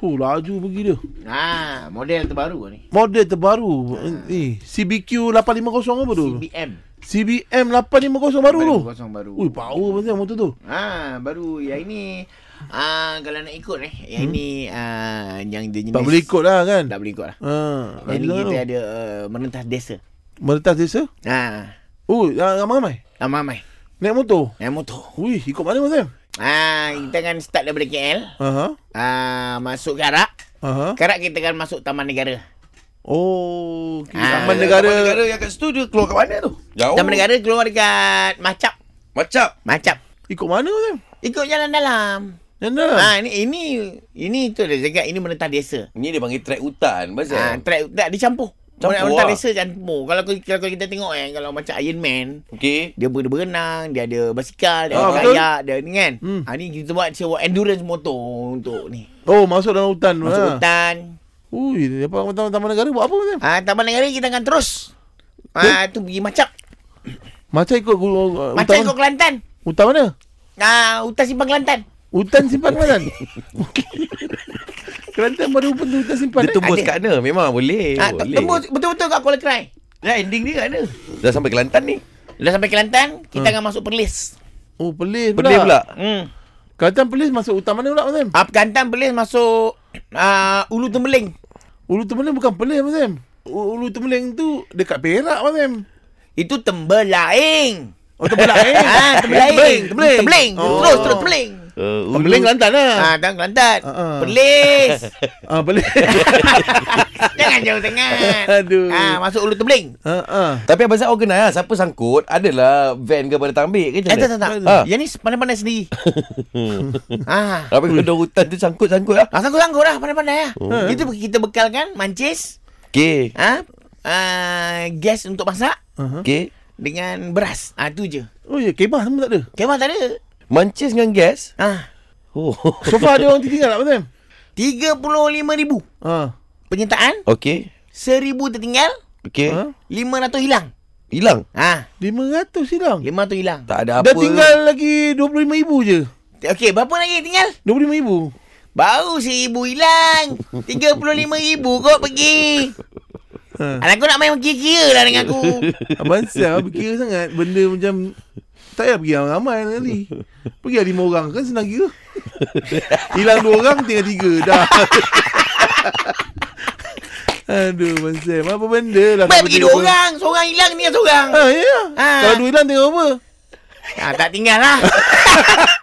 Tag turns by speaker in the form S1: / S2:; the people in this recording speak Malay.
S1: Huh, laju pergi dia.
S2: Ha, model terbaru ni.
S1: Model terbaru. Eh, CBQ 850 apa tu?
S2: CBM.
S1: CBM 850 baru tu.
S2: Kosong baru.
S1: Ui, power pasal motor tu.
S2: Ha, baru yang ini ah kalau nak ikut eh, yang ini ah yang dia jenis
S1: Hmm? Tak boleh ikut lah kan.
S2: Tak boleh ikut lah.
S1: Ha,
S2: Yang ni
S1: ada
S2: kita
S1: tu.
S2: ada uh, merentas desa.
S1: Merentas desa.
S2: Ha,
S1: Oh, ah, ramai-ramai.
S2: ramai-ramai.
S1: Naik motor.
S2: Yang motor.
S1: Ui, ikut mana Mas Sam?
S2: Ah, kita akan start daripada KL.
S1: Aha.
S2: Ah, masuk Karak.
S1: Aha.
S2: Karak kita akan masuk Taman Negara.
S1: Oh, okay.
S2: Ah,
S1: Taman negara.
S3: Taman negara yang kat situ dia keluar kat mana tu? Jauh.
S2: Taman Negara keluar dekat Macap.
S3: Macap.
S2: Macap.
S1: Ikut mana Mas Sam?
S2: Ikut jalan dalam.
S1: Yang dah.
S2: Ha, ini ini ini tu dia cakap ini merentas desa.
S3: Ni dia panggil trek hutan. Pasal.
S2: Ah, track tak dicampur.
S3: Campur
S2: Campur Orang
S3: lah.
S2: desa campur. Kalau kalau kita tengok eh kalau macam Iron Man,
S3: Okey.
S2: dia boleh berenang, dia ada basikal, dia
S1: Ah,
S2: ada
S1: betul.
S2: kayak, dia ni kan.
S1: Hmm.
S2: Ha, ni kita buat sewa endurance motor untuk ni.
S1: Oh, masuk dalam hutan. tu
S3: Ah.
S2: Masuk
S1: lah.
S2: hutan.
S1: Ui, depan taman, taman negara buat apa Mas Sam?
S2: Ah, taman negara kita akan terus. Ah, tu pergi macam
S1: Macam ikut guru, uh,
S2: macam
S1: hutan,
S2: ikut Kelantan.
S1: hutan mana?
S2: Ah, hutan simpan Kelantan.
S1: Hutan simpan Kelantan. Kelantan baru pun hutan simpan. eh?
S3: Dia tembus
S2: ada.
S3: kat mana Memang boleh
S2: Ah,
S3: Eh, boleh.
S2: tembus betul-betul kat Kuala Kerai.
S3: Dah ending dia kat mana Hmm. Dah sampai Kelantan ni
S2: Dah sampai Kelantan, kita akan masuk Perlis.
S1: Oh, Perlis pula.
S3: Pedih pula
S2: Hmm.
S1: Kelantan Perlis masuk hutan mana pula Mas Sam?
S2: Ah, Kelantan Perlis masuk ah, Ulu Tembeling.
S1: Ulu Tembeling bukan Perlis Mas Sam. U- Ulu Tembeling tu dekat Perak Mas Sam.
S2: Itu tembelaing.
S1: Oh, Tembelang eh?
S2: Ah, tembelaing.
S1: Tembeling. Oh.
S2: Tembeling. Terus terus tembeling.
S3: uh, Ulu-
S1: Tembeling Kelantan lah.
S2: Ah, dan Kelantan.
S1: Ah, ah.
S2: Perlis.
S1: Ah, Perlis.
S2: Jangan jauh sangat.
S1: Aduh.
S2: Ah, masuk Ulu Tembeling.
S1: Ah, ah.
S3: Tapi Abang Zat organize lah Siapa sangkut Adalah van ke pada tambik ke
S2: Eh, tak, tak, tak.
S3: Ah.
S2: Yang ni pandai-pandai sendiri. ah.
S3: Apa kedai hutan tu sangkut-sangkut lah
S2: Ah, sanggup-sanggup lah pandai-pandai lah.
S1: Ah.
S2: Itu kita bekalkan mancis,
S3: Okey
S2: ah, ah, gas untuk masak
S1: Ah.
S3: Okey
S2: dengan beras. Ah, tu je.
S1: Oh, ya, kebah semua tak ada.
S2: Kemah tak ada.
S3: Mancis dengan gas
S2: Ah,
S3: Oh
S1: Sofa dia orang tertinggal tak Mas Sam?
S2: 35,000
S1: Ah.
S2: penyertaan,
S3: Okey
S2: 1,000 tertinggal,
S3: Okey
S1: Ah.
S2: 500 hilang.
S3: Hilang
S2: Ah,
S1: 500 hilang.
S2: 500 hilang.
S3: Tak ada apa
S1: Dah tinggal lagi 25,000 je.
S2: Okey, berapa lagi tinggal?
S1: 25,000.
S2: Baru seribu hilang. RM35,000 kau pergi.
S1: Ha.
S2: Alah kau nak main kira-kira lah dengan aku.
S1: Abang Syah berkira sangat benda macam tak payah pergi ramai-ramai kali. Pergi lah lima orang kan senang kira. Hilang dua orang tinggal tiga dah. Aduh Abang Syah apa benda lah.
S2: Baik
S1: kau
S2: pergi
S1: tiba-
S2: dua orang. Seorang hilang ni seorang.
S1: Ha ya.
S2: Ha.
S1: Kalau dua hilang tengok apa?
S2: Ah, tak tinggal lah.